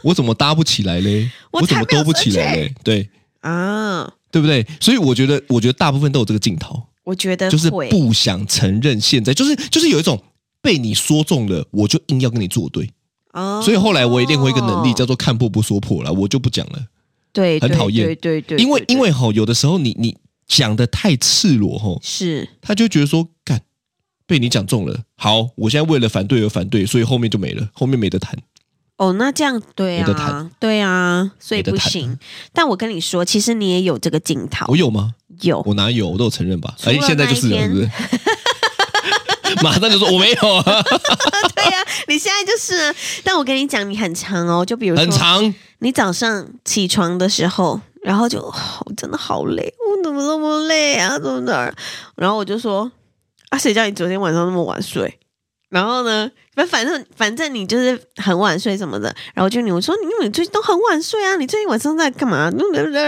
[SPEAKER 3] 我怎么搭不起来嘞？
[SPEAKER 2] 我
[SPEAKER 3] 我怎么
[SPEAKER 2] 才没有
[SPEAKER 3] 兜不起来
[SPEAKER 2] 生气
[SPEAKER 3] 嘞？对。
[SPEAKER 2] 啊，
[SPEAKER 3] 对不对？所以我觉得，我觉得大部分都有这个镜头，
[SPEAKER 2] 我觉得
[SPEAKER 3] 就是
[SPEAKER 2] 会
[SPEAKER 3] 不想承认现在，就是就是有一种被你说中了，我就硬要跟你作对。
[SPEAKER 2] 哦
[SPEAKER 3] 所以后来我也练过一个能力，叫做看破不说破了，我就不讲了，
[SPEAKER 2] 对，
[SPEAKER 3] 很
[SPEAKER 2] 对
[SPEAKER 3] 讨厌
[SPEAKER 2] 对对对，
[SPEAKER 3] 因为
[SPEAKER 2] 对
[SPEAKER 3] 因为吼，有的时候你你讲的太赤裸吼，
[SPEAKER 2] 是
[SPEAKER 3] 他就觉得说干。被你讲中了，好，我现在为了反对而反对，所以后面就没了，后面没得谈。
[SPEAKER 2] 哦，那这样对
[SPEAKER 3] 没得谈
[SPEAKER 2] 啊，对啊，所以
[SPEAKER 3] 没得
[SPEAKER 2] 不
[SPEAKER 3] 谈
[SPEAKER 2] 行。但我跟你说，其实你也有这个镜头
[SPEAKER 3] 我，有吗？
[SPEAKER 2] 有
[SPEAKER 3] 我哪有？我都有承认吧？
[SPEAKER 2] 除
[SPEAKER 3] 哎
[SPEAKER 2] 了，
[SPEAKER 3] 现在就是了，
[SPEAKER 2] 那一
[SPEAKER 3] 是
[SPEAKER 2] 天
[SPEAKER 3] 不是？ 马上就说我没 有啊，
[SPEAKER 2] 对呀、你现在就是啊。但我跟你讲，你很长哦，就比如说，
[SPEAKER 3] 很长。
[SPEAKER 2] 你早上起床的时候，然后就、 哦我真的好累，我怎么那么累啊？怎么的？然后我就说啊，谁叫你昨天晚上那么晚睡？然后呢，反反正反正你就是很晚睡什么的，然后就你我说你你最近都很晚睡啊，你最近晚上在干嘛？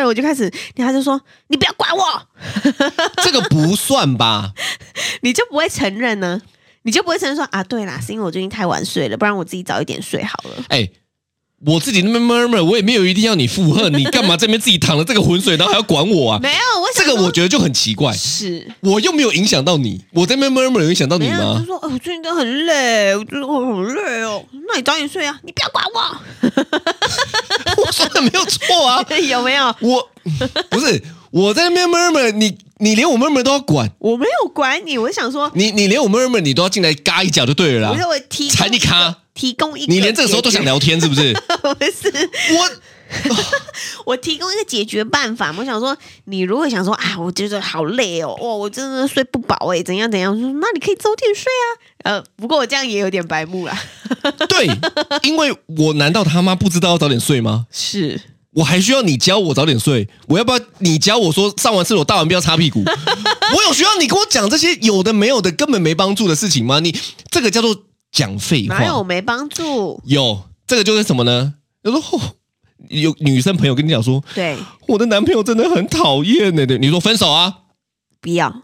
[SPEAKER 2] 我就开始，他就说你不要管我，
[SPEAKER 3] 这个不算吧？
[SPEAKER 2] 你就不会承认呢、你就不会承认说啊，对啦，是因为我最近太晚睡了，不然我自己早一点睡好了。
[SPEAKER 3] 哎、我自己那边 murmur，我也没有一定要你附和，你干嘛这边自己淌了这个浑水，然后还要管我啊？
[SPEAKER 2] 没有，我
[SPEAKER 3] 这
[SPEAKER 2] 想
[SPEAKER 3] 个
[SPEAKER 2] 说
[SPEAKER 3] 我觉得就很奇怪，
[SPEAKER 2] 是
[SPEAKER 3] 我又没有影响到你，我这边 murmur 有影响到你
[SPEAKER 2] 没有，就
[SPEAKER 3] 吗？
[SPEAKER 2] 说、哎，我最近都很累，我觉得我很累哦。那你早点睡啊，你不要管我，
[SPEAKER 3] 我说的没 有错啊，
[SPEAKER 2] 有没有？
[SPEAKER 3] 我不是我在那边 murmur，你你连我 murmur 都要管，
[SPEAKER 2] 我没有管你，我想说，
[SPEAKER 3] 你你连我 murmur 你都要进来嘎一脚就对了
[SPEAKER 2] 我
[SPEAKER 3] 啦，
[SPEAKER 2] 说我提供
[SPEAKER 3] 啊踩你咖，
[SPEAKER 2] 提供一个，
[SPEAKER 3] 你连这个时候都想，聊天是 不是？
[SPEAKER 2] 不是？
[SPEAKER 3] 我
[SPEAKER 2] 我提供一个解决办法。我想说，你如果想说啊，我觉得好累哦，哇，我真的睡不饱哎，怎样怎样？我说那你可以早点睡啊。呃，不过我这样也有点白目啦。
[SPEAKER 3] 对，因为我难道他妈不知道要早点睡吗？
[SPEAKER 2] 是，
[SPEAKER 3] 我还需要你教我早点睡？我要不要你教我说上完厕所大完便要擦屁股？ 我有需要你跟我讲这些有的没有的根本没帮助的事情吗？你这个叫做讲废话。
[SPEAKER 2] 哪有没帮助？
[SPEAKER 3] 有这个就是什么呢？有时候有女生朋友跟你讲说，
[SPEAKER 2] 对，
[SPEAKER 3] 我的男朋友真的很讨厌呢。对你说分手啊
[SPEAKER 2] 不要。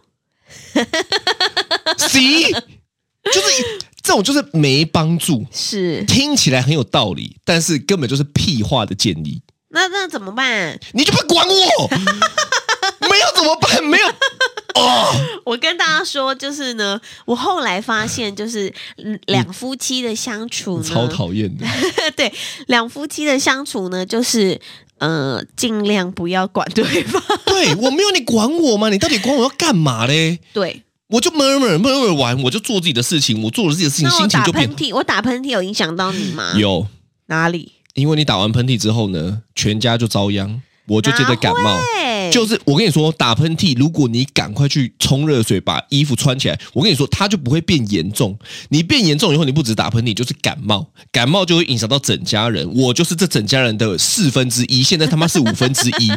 [SPEAKER 3] ？C 就是这种就是没帮助，
[SPEAKER 2] 是，
[SPEAKER 3] 听起来很有道理，但是根本就是屁话的建议。
[SPEAKER 2] 那那怎么办？
[SPEAKER 3] 你就不管我，没有怎么办？没有哦。
[SPEAKER 2] 我跟大家说，就是呢，我后来发现，就是嗯两夫妻的相处呢，
[SPEAKER 3] 超讨厌的，
[SPEAKER 2] 对，两夫妻的相处呢，就是呃，尽量不要管对方。
[SPEAKER 3] 对我没有你管我吗？你到底管我要干嘛嘞？
[SPEAKER 2] 对，
[SPEAKER 3] 我就 murmur murmur 完，我就做自己的事情，我做了自己的事情，
[SPEAKER 2] 那我
[SPEAKER 3] 心情
[SPEAKER 2] 打
[SPEAKER 3] 就变
[SPEAKER 2] 喷嚏，我打喷嚏有影响到你吗？
[SPEAKER 3] 有，
[SPEAKER 2] 哪里？
[SPEAKER 3] 因为你打完喷嚏之后呢，全家就遭殃，我
[SPEAKER 2] 我
[SPEAKER 3] 就接着感冒。就是我跟你说，打喷嚏，如果你赶快去冲热水，把衣服穿起来，我跟你说，它就不会变严重。你变严重以后，你不止打喷嚏，你就是感冒，感冒就会影响到整家人。我就是这整家人的四分之一，现在他妈是五分之 一，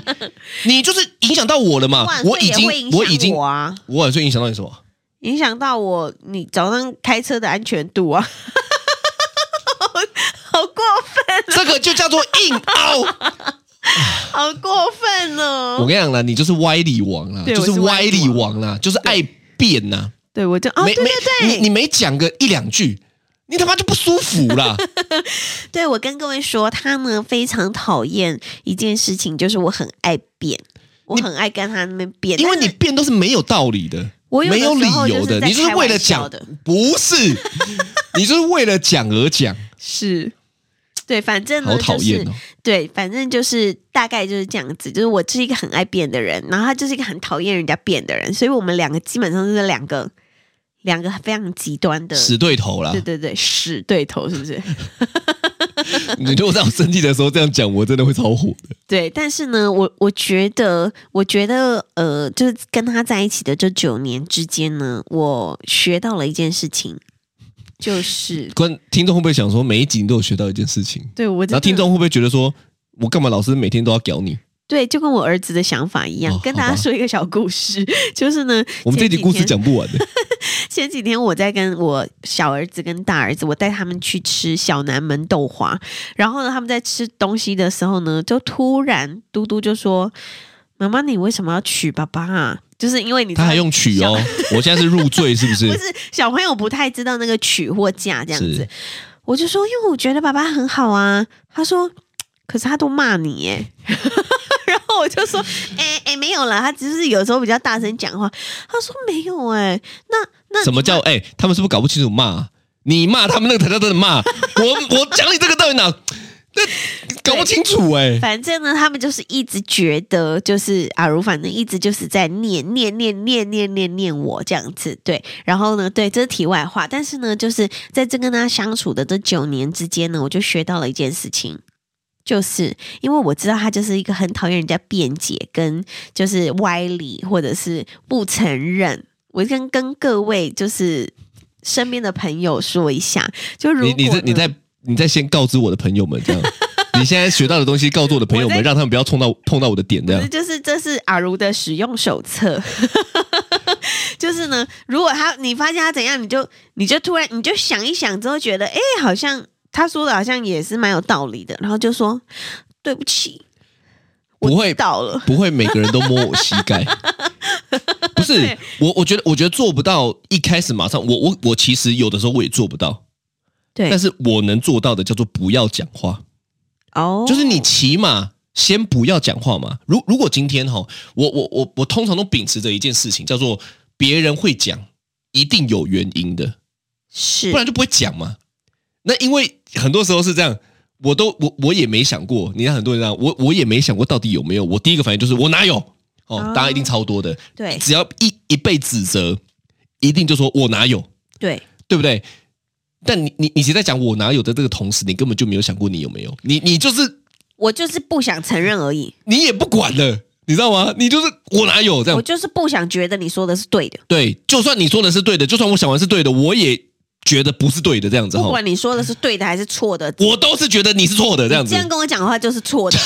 [SPEAKER 3] 你就是影响到我了嘛
[SPEAKER 2] 晚？睡
[SPEAKER 3] 啊我已
[SPEAKER 2] 也
[SPEAKER 3] 经
[SPEAKER 2] 会影，响
[SPEAKER 3] 我已经，
[SPEAKER 2] 我啊，
[SPEAKER 3] 我晚睡影响到你什么？
[SPEAKER 2] 影响到我你早上开车的安全度啊， 好好过
[SPEAKER 3] 这个就叫做硬凹。
[SPEAKER 2] 哦好过分哦！
[SPEAKER 3] 我跟你讲啦，你就是歪理王啦，
[SPEAKER 2] 对
[SPEAKER 3] 就
[SPEAKER 2] 我是
[SPEAKER 3] 歪
[SPEAKER 2] 歪
[SPEAKER 3] 理
[SPEAKER 2] 理
[SPEAKER 3] 王啦，就是爱变呐。
[SPEAKER 2] 对我就哦，
[SPEAKER 3] 没
[SPEAKER 2] 对对
[SPEAKER 3] 没，
[SPEAKER 2] 对，
[SPEAKER 3] 你你没讲个一两句，你他妈就不舒服啦！
[SPEAKER 2] 对我跟各位说，他呢非常讨厌一件事情，就是我很爱变，我很爱跟他那边变，
[SPEAKER 3] 因为
[SPEAKER 2] 但
[SPEAKER 3] 你
[SPEAKER 2] 是
[SPEAKER 3] 变都是没有道理的，
[SPEAKER 2] 我有的
[SPEAKER 3] 没有理
[SPEAKER 2] 时
[SPEAKER 3] 由
[SPEAKER 2] 候就是在
[SPEAKER 3] 你就是为了
[SPEAKER 2] 开
[SPEAKER 3] 讲
[SPEAKER 2] 玩笑的，
[SPEAKER 3] 不 是，你就是为了讲而讲，
[SPEAKER 2] 是。对，反正呢，
[SPEAKER 3] 好讨厌
[SPEAKER 2] 就
[SPEAKER 3] 哦
[SPEAKER 2] 是！对，反正就是大概就是这样子。就是我是一个很爱变的人，然后他就是一个很讨厌人家变的人，所以我们两个基本上是两个两个非常极端的，
[SPEAKER 3] 死对头啦
[SPEAKER 2] 对！对对，死对头是不是？
[SPEAKER 3] 你如果在我生气的时候这样讲，我真的会超火的。
[SPEAKER 2] 对，但是呢，我我觉得，我觉得，呃，就是跟他在一起的这九年之间呢，我学到了一件事情， 就是
[SPEAKER 3] 观听众会不会想说，每一集你都有学到一件事情？
[SPEAKER 2] 对我真
[SPEAKER 3] 然
[SPEAKER 2] 的
[SPEAKER 3] 后听众会不会觉得说，我干嘛老师每天都要屌你？
[SPEAKER 2] 对，就跟我儿子的想法一样，
[SPEAKER 3] 哦
[SPEAKER 2] 跟
[SPEAKER 3] 好
[SPEAKER 2] 大家
[SPEAKER 3] 吧
[SPEAKER 2] 说一个小故事，就是呢，
[SPEAKER 3] 我们这
[SPEAKER 2] 前
[SPEAKER 3] 集
[SPEAKER 2] 几
[SPEAKER 3] 故事
[SPEAKER 2] 天
[SPEAKER 3] 讲不完的。
[SPEAKER 2] 前几天我在跟我小儿子跟大儿子，我带他们去吃小南门豆花，然后呢，他们在吃东西的时候呢，就突然嘟嘟就说：“妈妈，你为什么要娶爸爸啊？”就是因为你知
[SPEAKER 3] 他
[SPEAKER 2] 道
[SPEAKER 3] 还用曲
[SPEAKER 2] 小
[SPEAKER 3] 哦，我现在是入赘是不是？
[SPEAKER 2] 不是小朋友不太知道那个取或价这样子
[SPEAKER 3] 是。
[SPEAKER 2] 我就说，因为我觉得爸爸很好啊。他说，可是他都骂你耶。 然后我就说，哎、哎、没有啦，他只是有时候比较大声讲话。他说没有哎、那那你
[SPEAKER 3] 什么叫哎、他们是不是搞不清楚骂？你骂他们那个才叫真 的骂。我我讲你这个到底哪？那搞不清楚哎、
[SPEAKER 2] 反正呢，他们就是一直觉得，就是阿如，反正一直就是在念念念念念念念我这样子，对。然后呢，对，这是题外话。但是呢，就是在这跟他相处的这九年之间呢，我就学到了一件事情，就是因为我知道他就是一个很讨厌人家辩解跟就是歪理或者是不承认。我跟跟各位就是身边的朋友说一下，就如
[SPEAKER 3] 你
[SPEAKER 2] 果
[SPEAKER 3] 你在
[SPEAKER 2] 呢
[SPEAKER 3] 你在你在先告知我的朋友们这样， 你现在学到的东西告诉我的朋友
[SPEAKER 2] 我
[SPEAKER 3] 们，
[SPEAKER 2] 在
[SPEAKER 3] 让他们不要冲到碰到我的点这
[SPEAKER 2] 不是，
[SPEAKER 3] 样。
[SPEAKER 2] 就是这是阿如的使用手册。 就是呢，如果他你发现他怎样，你就你就突然你就想一想之后，觉得哎、诶好像他说的好像也是蛮有道理的，然后就说对不起，我
[SPEAKER 3] 不会
[SPEAKER 2] 知道了，
[SPEAKER 3] 不会每个人都摸我膝 盖，不是
[SPEAKER 2] 对
[SPEAKER 3] 我我觉得我觉得做不到一开始马上我我我其实有的时候我也做不到，
[SPEAKER 2] 对，
[SPEAKER 3] 但是我能做到的叫做不要讲话。
[SPEAKER 2] 哦，
[SPEAKER 3] 就是你起码先不要讲话嘛。如如果今天哈，我我我我通常都秉持着一件事情，叫做别人会讲，一定有原因的，
[SPEAKER 2] 是
[SPEAKER 3] 不然就不会讲嘛。那因为很多时候是这样，我都我我也没想过，你看很多人这样，我我也没想过到底有没有。我第一个反应就是我哪有哦，
[SPEAKER 2] 哦
[SPEAKER 3] 大家一定超多的，
[SPEAKER 2] 对
[SPEAKER 3] 只要一一被指责，一定就说我哪有，
[SPEAKER 2] 对
[SPEAKER 3] 对不对？但你你你其实在讲我哪有的这个同时，你根本就没有想过你有没有，你你就是
[SPEAKER 2] 我就是不想承认而已，
[SPEAKER 3] 你也不管了，你知道吗？你就是我哪有这
[SPEAKER 2] 我
[SPEAKER 3] 样？
[SPEAKER 2] 就是不想觉得你说的是对的，
[SPEAKER 3] 对，就算你说的是对的，就算我想完是对的，我也觉得不是对的这样子
[SPEAKER 2] 不
[SPEAKER 3] 哈。
[SPEAKER 2] 管你说的是对的还是错的，
[SPEAKER 3] 哦我都是觉得你是错的这样
[SPEAKER 2] 这
[SPEAKER 3] 子。
[SPEAKER 2] 样跟我讲的话就是错 的，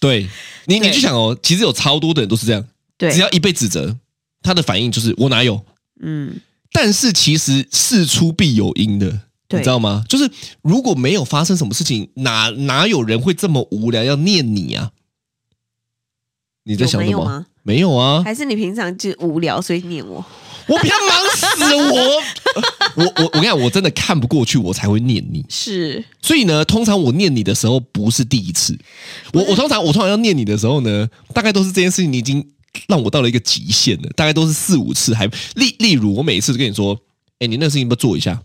[SPEAKER 3] 对，你
[SPEAKER 2] 对
[SPEAKER 3] 你去想哦，其实有超多的人都是这样，
[SPEAKER 2] 对
[SPEAKER 3] 只，要一被指责，他的反应就是我哪有？
[SPEAKER 2] 嗯，
[SPEAKER 3] 但是其实事出必有因的。
[SPEAKER 2] 对
[SPEAKER 3] 你知道吗？就是如果没有发生什么事情，哪哪有人会这么无聊要念你啊？你在
[SPEAKER 2] 有
[SPEAKER 3] 想
[SPEAKER 2] 没
[SPEAKER 3] 什
[SPEAKER 2] 有
[SPEAKER 3] 么
[SPEAKER 2] 吗？
[SPEAKER 3] 没有啊，
[SPEAKER 2] 还是你平常就无聊所以念我。
[SPEAKER 3] 我比较忙死了我， 我我我跟你讲，我真的看不过去，我才会念你。
[SPEAKER 2] 是
[SPEAKER 3] 所以呢，通常我念你的时候不是第一次，我我通常我通常要念你的时候呢，大概都是这件事情你已经让我到了一个极限了，大概都是四五次还例例如我每一次都跟你说，哎，你那个事情要不要做一下？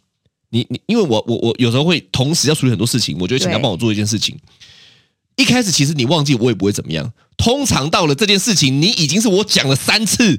[SPEAKER 3] 你你因为我我我有时候会同时要处理很多事情，我就会请他
[SPEAKER 2] 对
[SPEAKER 3] 帮我做一件事情。一开始其实你忘记我也不会怎么样，通常到了这件事情你已经是我讲了三次，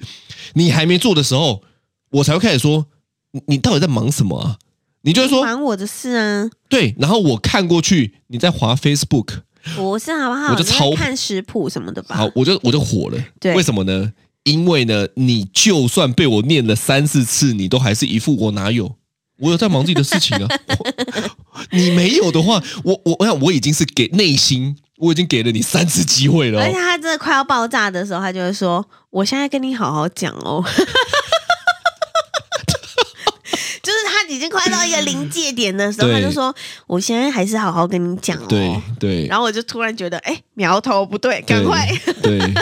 [SPEAKER 3] 你还没做的时候，我才会开始说你你到底在忙什么啊？你就会说
[SPEAKER 2] 管我的事啊，
[SPEAKER 3] 对，然后我看过去，你在滑 Facebook，
[SPEAKER 2] 我是好不好？
[SPEAKER 3] 我就
[SPEAKER 2] 你在
[SPEAKER 3] 超
[SPEAKER 2] 看食谱什么的吧
[SPEAKER 3] 好。，我就我就火了。
[SPEAKER 2] 对
[SPEAKER 3] 为什么呢？因为呢，你就算被我念了三四次，你都还是一副我哪有，我有在忙自己的事情啊。 我你没有的话，我我我想我已经是给内心，我已经给了你三次机会了、
[SPEAKER 2] 而且
[SPEAKER 3] 哦。
[SPEAKER 2] 他真的快要爆炸的时候，他就会说：“我现在跟你好好讲哦。” 就是他已经快到一个临界点的时候，他
[SPEAKER 3] 对
[SPEAKER 2] 就说：“我现在还是好好跟你讲哦。”
[SPEAKER 3] 对对，
[SPEAKER 2] 然后我就突然觉得，哎，苗头不对，赶快。
[SPEAKER 3] 对，对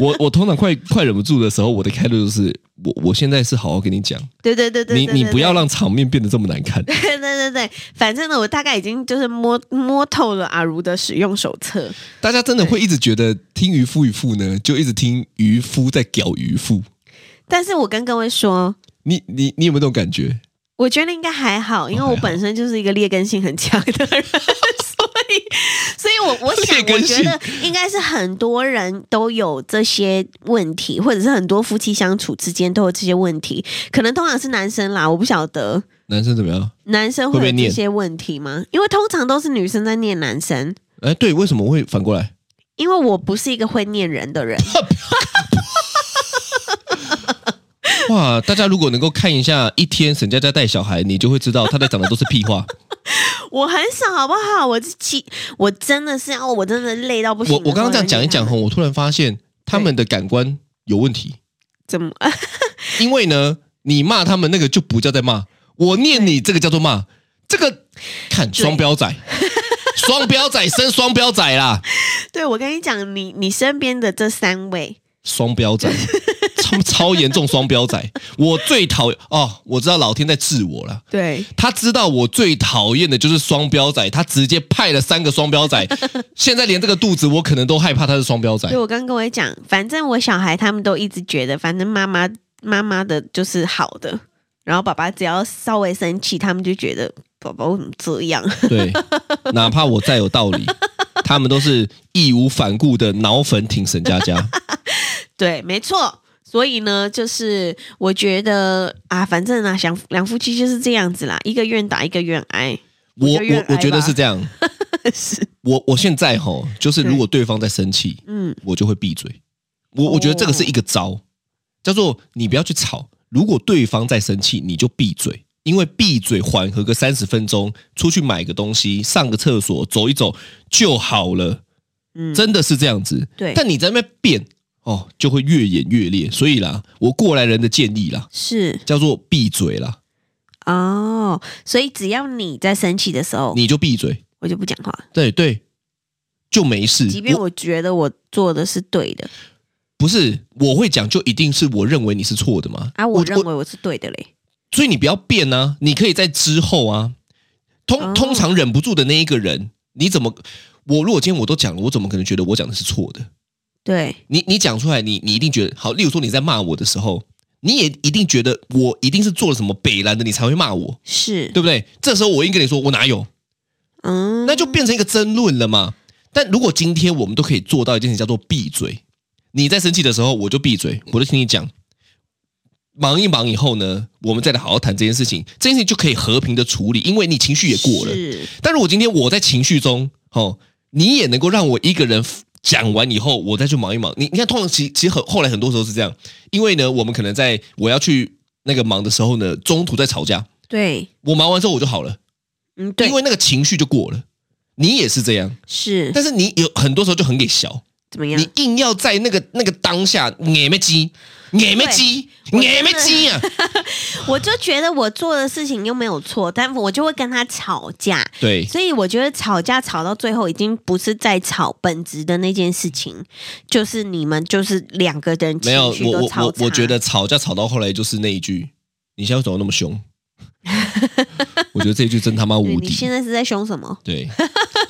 [SPEAKER 3] 我我通常快快忍不住的时候，我的态度就是我我现在是好好跟你讲，
[SPEAKER 2] 对对对对，
[SPEAKER 3] 你
[SPEAKER 2] 对
[SPEAKER 3] 你
[SPEAKER 2] 对
[SPEAKER 3] 不要
[SPEAKER 2] 对
[SPEAKER 3] 让场面变得这么难看。
[SPEAKER 2] 对对对对，反正呢，我大概已经就是摸摸透了阿如的使用手册。
[SPEAKER 3] 大家真的会一直觉得听渔夫渔妇呢，就一直听渔夫在屌渔妇。
[SPEAKER 2] 但是我跟各位说，
[SPEAKER 3] 你你你有没有这种感觉？
[SPEAKER 2] 我觉得应该还好，因为我本身就是一个劣根性很强的 人，所以，所以我我想
[SPEAKER 3] 劣，
[SPEAKER 2] 我
[SPEAKER 3] 根性
[SPEAKER 2] 觉得应该是很多人都有这些问题，或者是很多夫妻相处之间都有这些问题，可能通常是男生啦，我不晓得
[SPEAKER 3] 男生怎么样？
[SPEAKER 2] 男生
[SPEAKER 3] 会
[SPEAKER 2] 会
[SPEAKER 3] 被
[SPEAKER 2] 有这
[SPEAKER 3] 念
[SPEAKER 2] 些问题吗？因为通常都是女生在念男生，
[SPEAKER 3] 哎，对，为什么会反过来？
[SPEAKER 2] 因为我不是一个会念人的人，
[SPEAKER 3] 哇，大家如果能够看一下一天沈佳佳带小孩，你就会知道她在讲的都是屁话。
[SPEAKER 2] 我很少，好不好？我是气，我真的是，哦，我真的累到不行
[SPEAKER 3] 我
[SPEAKER 2] 了。
[SPEAKER 3] 我刚刚这样讲一讲
[SPEAKER 2] 我
[SPEAKER 3] 吼，我突然发现他们的感官有问题，
[SPEAKER 2] 怎么？
[SPEAKER 3] 因为呢，你骂他们那个就不叫在骂，我念你这个叫做骂，这个看
[SPEAKER 2] 对
[SPEAKER 3] 双标仔，双标仔生双标仔啦，
[SPEAKER 2] 对我跟你讲，你你身边的这三位，
[SPEAKER 3] 双标仔。超超严重双标仔，我最讨厌哦！我知道老天在治我了，
[SPEAKER 2] 对
[SPEAKER 3] 他知道我最讨厌的就是双标仔，他直接派了三个双标仔，现在连这个肚子我可能都害怕他是双标仔
[SPEAKER 2] 对，。我刚跟我讲，反正我小孩他们都一直觉得，反正妈妈妈妈的就是好的，然后爸爸只要稍微生气，他们就觉得宝宝为什么这样？
[SPEAKER 3] 对，哪怕我再有道理，他们都是义无反顾的脑粉挺沈佳佳。
[SPEAKER 2] 对，没错。所以呢，就是我觉得啊，反正啊，想两夫妻就是这样子啦，一个愿打，一个愿挨。
[SPEAKER 3] 我
[SPEAKER 2] 我就愿
[SPEAKER 3] 我我觉
[SPEAKER 2] 挨吧
[SPEAKER 3] 得是这样，
[SPEAKER 2] 是，
[SPEAKER 3] 我我现在吼，就是
[SPEAKER 2] 对
[SPEAKER 3] 如果对方在生气，
[SPEAKER 2] 嗯，
[SPEAKER 3] 我就会闭嘴。我我觉得这个是一个招，叫做你不要去吵。如果对方在生气，你就闭嘴，因为闭嘴缓和个三十分钟，出去买个东西，上个厕所，走一走就好了。
[SPEAKER 2] 嗯
[SPEAKER 3] 真的是这样子。
[SPEAKER 2] 对
[SPEAKER 3] 但你在那边变哦，就会越演越烈。所以啦，我过来人的建议啦，
[SPEAKER 2] 是。
[SPEAKER 3] 叫做闭嘴啦，
[SPEAKER 2] 哦，所以只要你在生气的时候，
[SPEAKER 3] 你就闭嘴。
[SPEAKER 2] 我就不讲话，
[SPEAKER 3] 对对，就没事。
[SPEAKER 2] 即便
[SPEAKER 3] 我
[SPEAKER 2] 我觉得我做的是对的
[SPEAKER 3] 不是我会讲，就一定是我认为你是错的嘛？
[SPEAKER 2] 啊，我认为我是对的嘞。
[SPEAKER 3] 所以你不要变呢、你可以在之后啊，
[SPEAKER 2] 哦
[SPEAKER 3] 通通常忍不住的那一个人，你怎么？我如果今天我都讲了，我怎么可能觉得我讲的是错的？
[SPEAKER 2] 对，
[SPEAKER 3] 你你讲出来，你你一定觉得好。例如说你在骂我的时候，你也一定觉得我一定是做了什么北兰的，你才会骂我，
[SPEAKER 2] 是，
[SPEAKER 3] 对不对？这时候我一定跟你说我哪有，
[SPEAKER 2] 嗯，
[SPEAKER 3] 那就变成一个争论了嘛。但如果今天我们都可以做到一件事情，叫做闭嘴。你在生气的时候，我就闭嘴，我就听你讲。忙一忙以后呢，我们再来好好谈这件事情，这件事情就可以和平的处理，因为你情绪也过了。
[SPEAKER 2] 是
[SPEAKER 3] 但如果今天我在情绪中，哦，你也能够让我一个人 f- 讲完以后，我再去忙一忙。你你看，通常其其实很后来很多时候是这样，因为呢，我们可能在我要去那个忙的时候呢，中途在吵架，
[SPEAKER 2] 对，
[SPEAKER 3] 我忙完之后我就好了，
[SPEAKER 2] 嗯，对
[SPEAKER 3] 因，为那个情绪就过了。你也是这样，
[SPEAKER 2] 是
[SPEAKER 3] 但是你有很多时候就很给小，
[SPEAKER 2] 怎么样
[SPEAKER 3] 你？硬要在那个那个当下眼没鸡，眼没鸡，
[SPEAKER 2] 我
[SPEAKER 3] 眼没鸡啊！
[SPEAKER 2] 我就觉得我做的事情又没有错，但我就会跟他吵架。
[SPEAKER 3] 对
[SPEAKER 2] 所以我觉得吵架吵到最后，已经不是在吵本质的那件事情，就是你们就是两个人
[SPEAKER 3] 没有
[SPEAKER 2] 情绪
[SPEAKER 3] 我
[SPEAKER 2] 都
[SPEAKER 3] 我
[SPEAKER 2] 吵
[SPEAKER 3] 我
[SPEAKER 2] 差
[SPEAKER 3] 我觉得吵架吵到后来就是那一句，你现在为什么那么凶？ 我觉得这一句真他妈
[SPEAKER 2] 对
[SPEAKER 3] 无
[SPEAKER 2] 你现
[SPEAKER 3] 敌。
[SPEAKER 2] 在是在凶什么？
[SPEAKER 3] 对，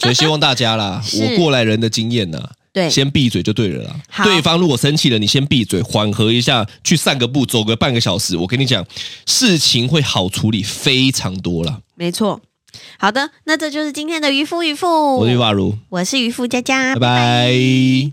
[SPEAKER 3] 所以希望大家啦，
[SPEAKER 2] 是
[SPEAKER 3] 我过来人的经验呐、
[SPEAKER 2] 对，
[SPEAKER 3] 先闭嘴就对了啦。
[SPEAKER 2] 好
[SPEAKER 3] 对方如果生气了，你先闭嘴，缓和一下，去散个步，走个半个小时。我跟你讲，事情会好处理非常多啦。
[SPEAKER 2] 没错。好的，那这就是今天的渔夫渔妇，
[SPEAKER 3] 我是玉发如，
[SPEAKER 2] 我是渔夫佳佳，
[SPEAKER 3] 拜拜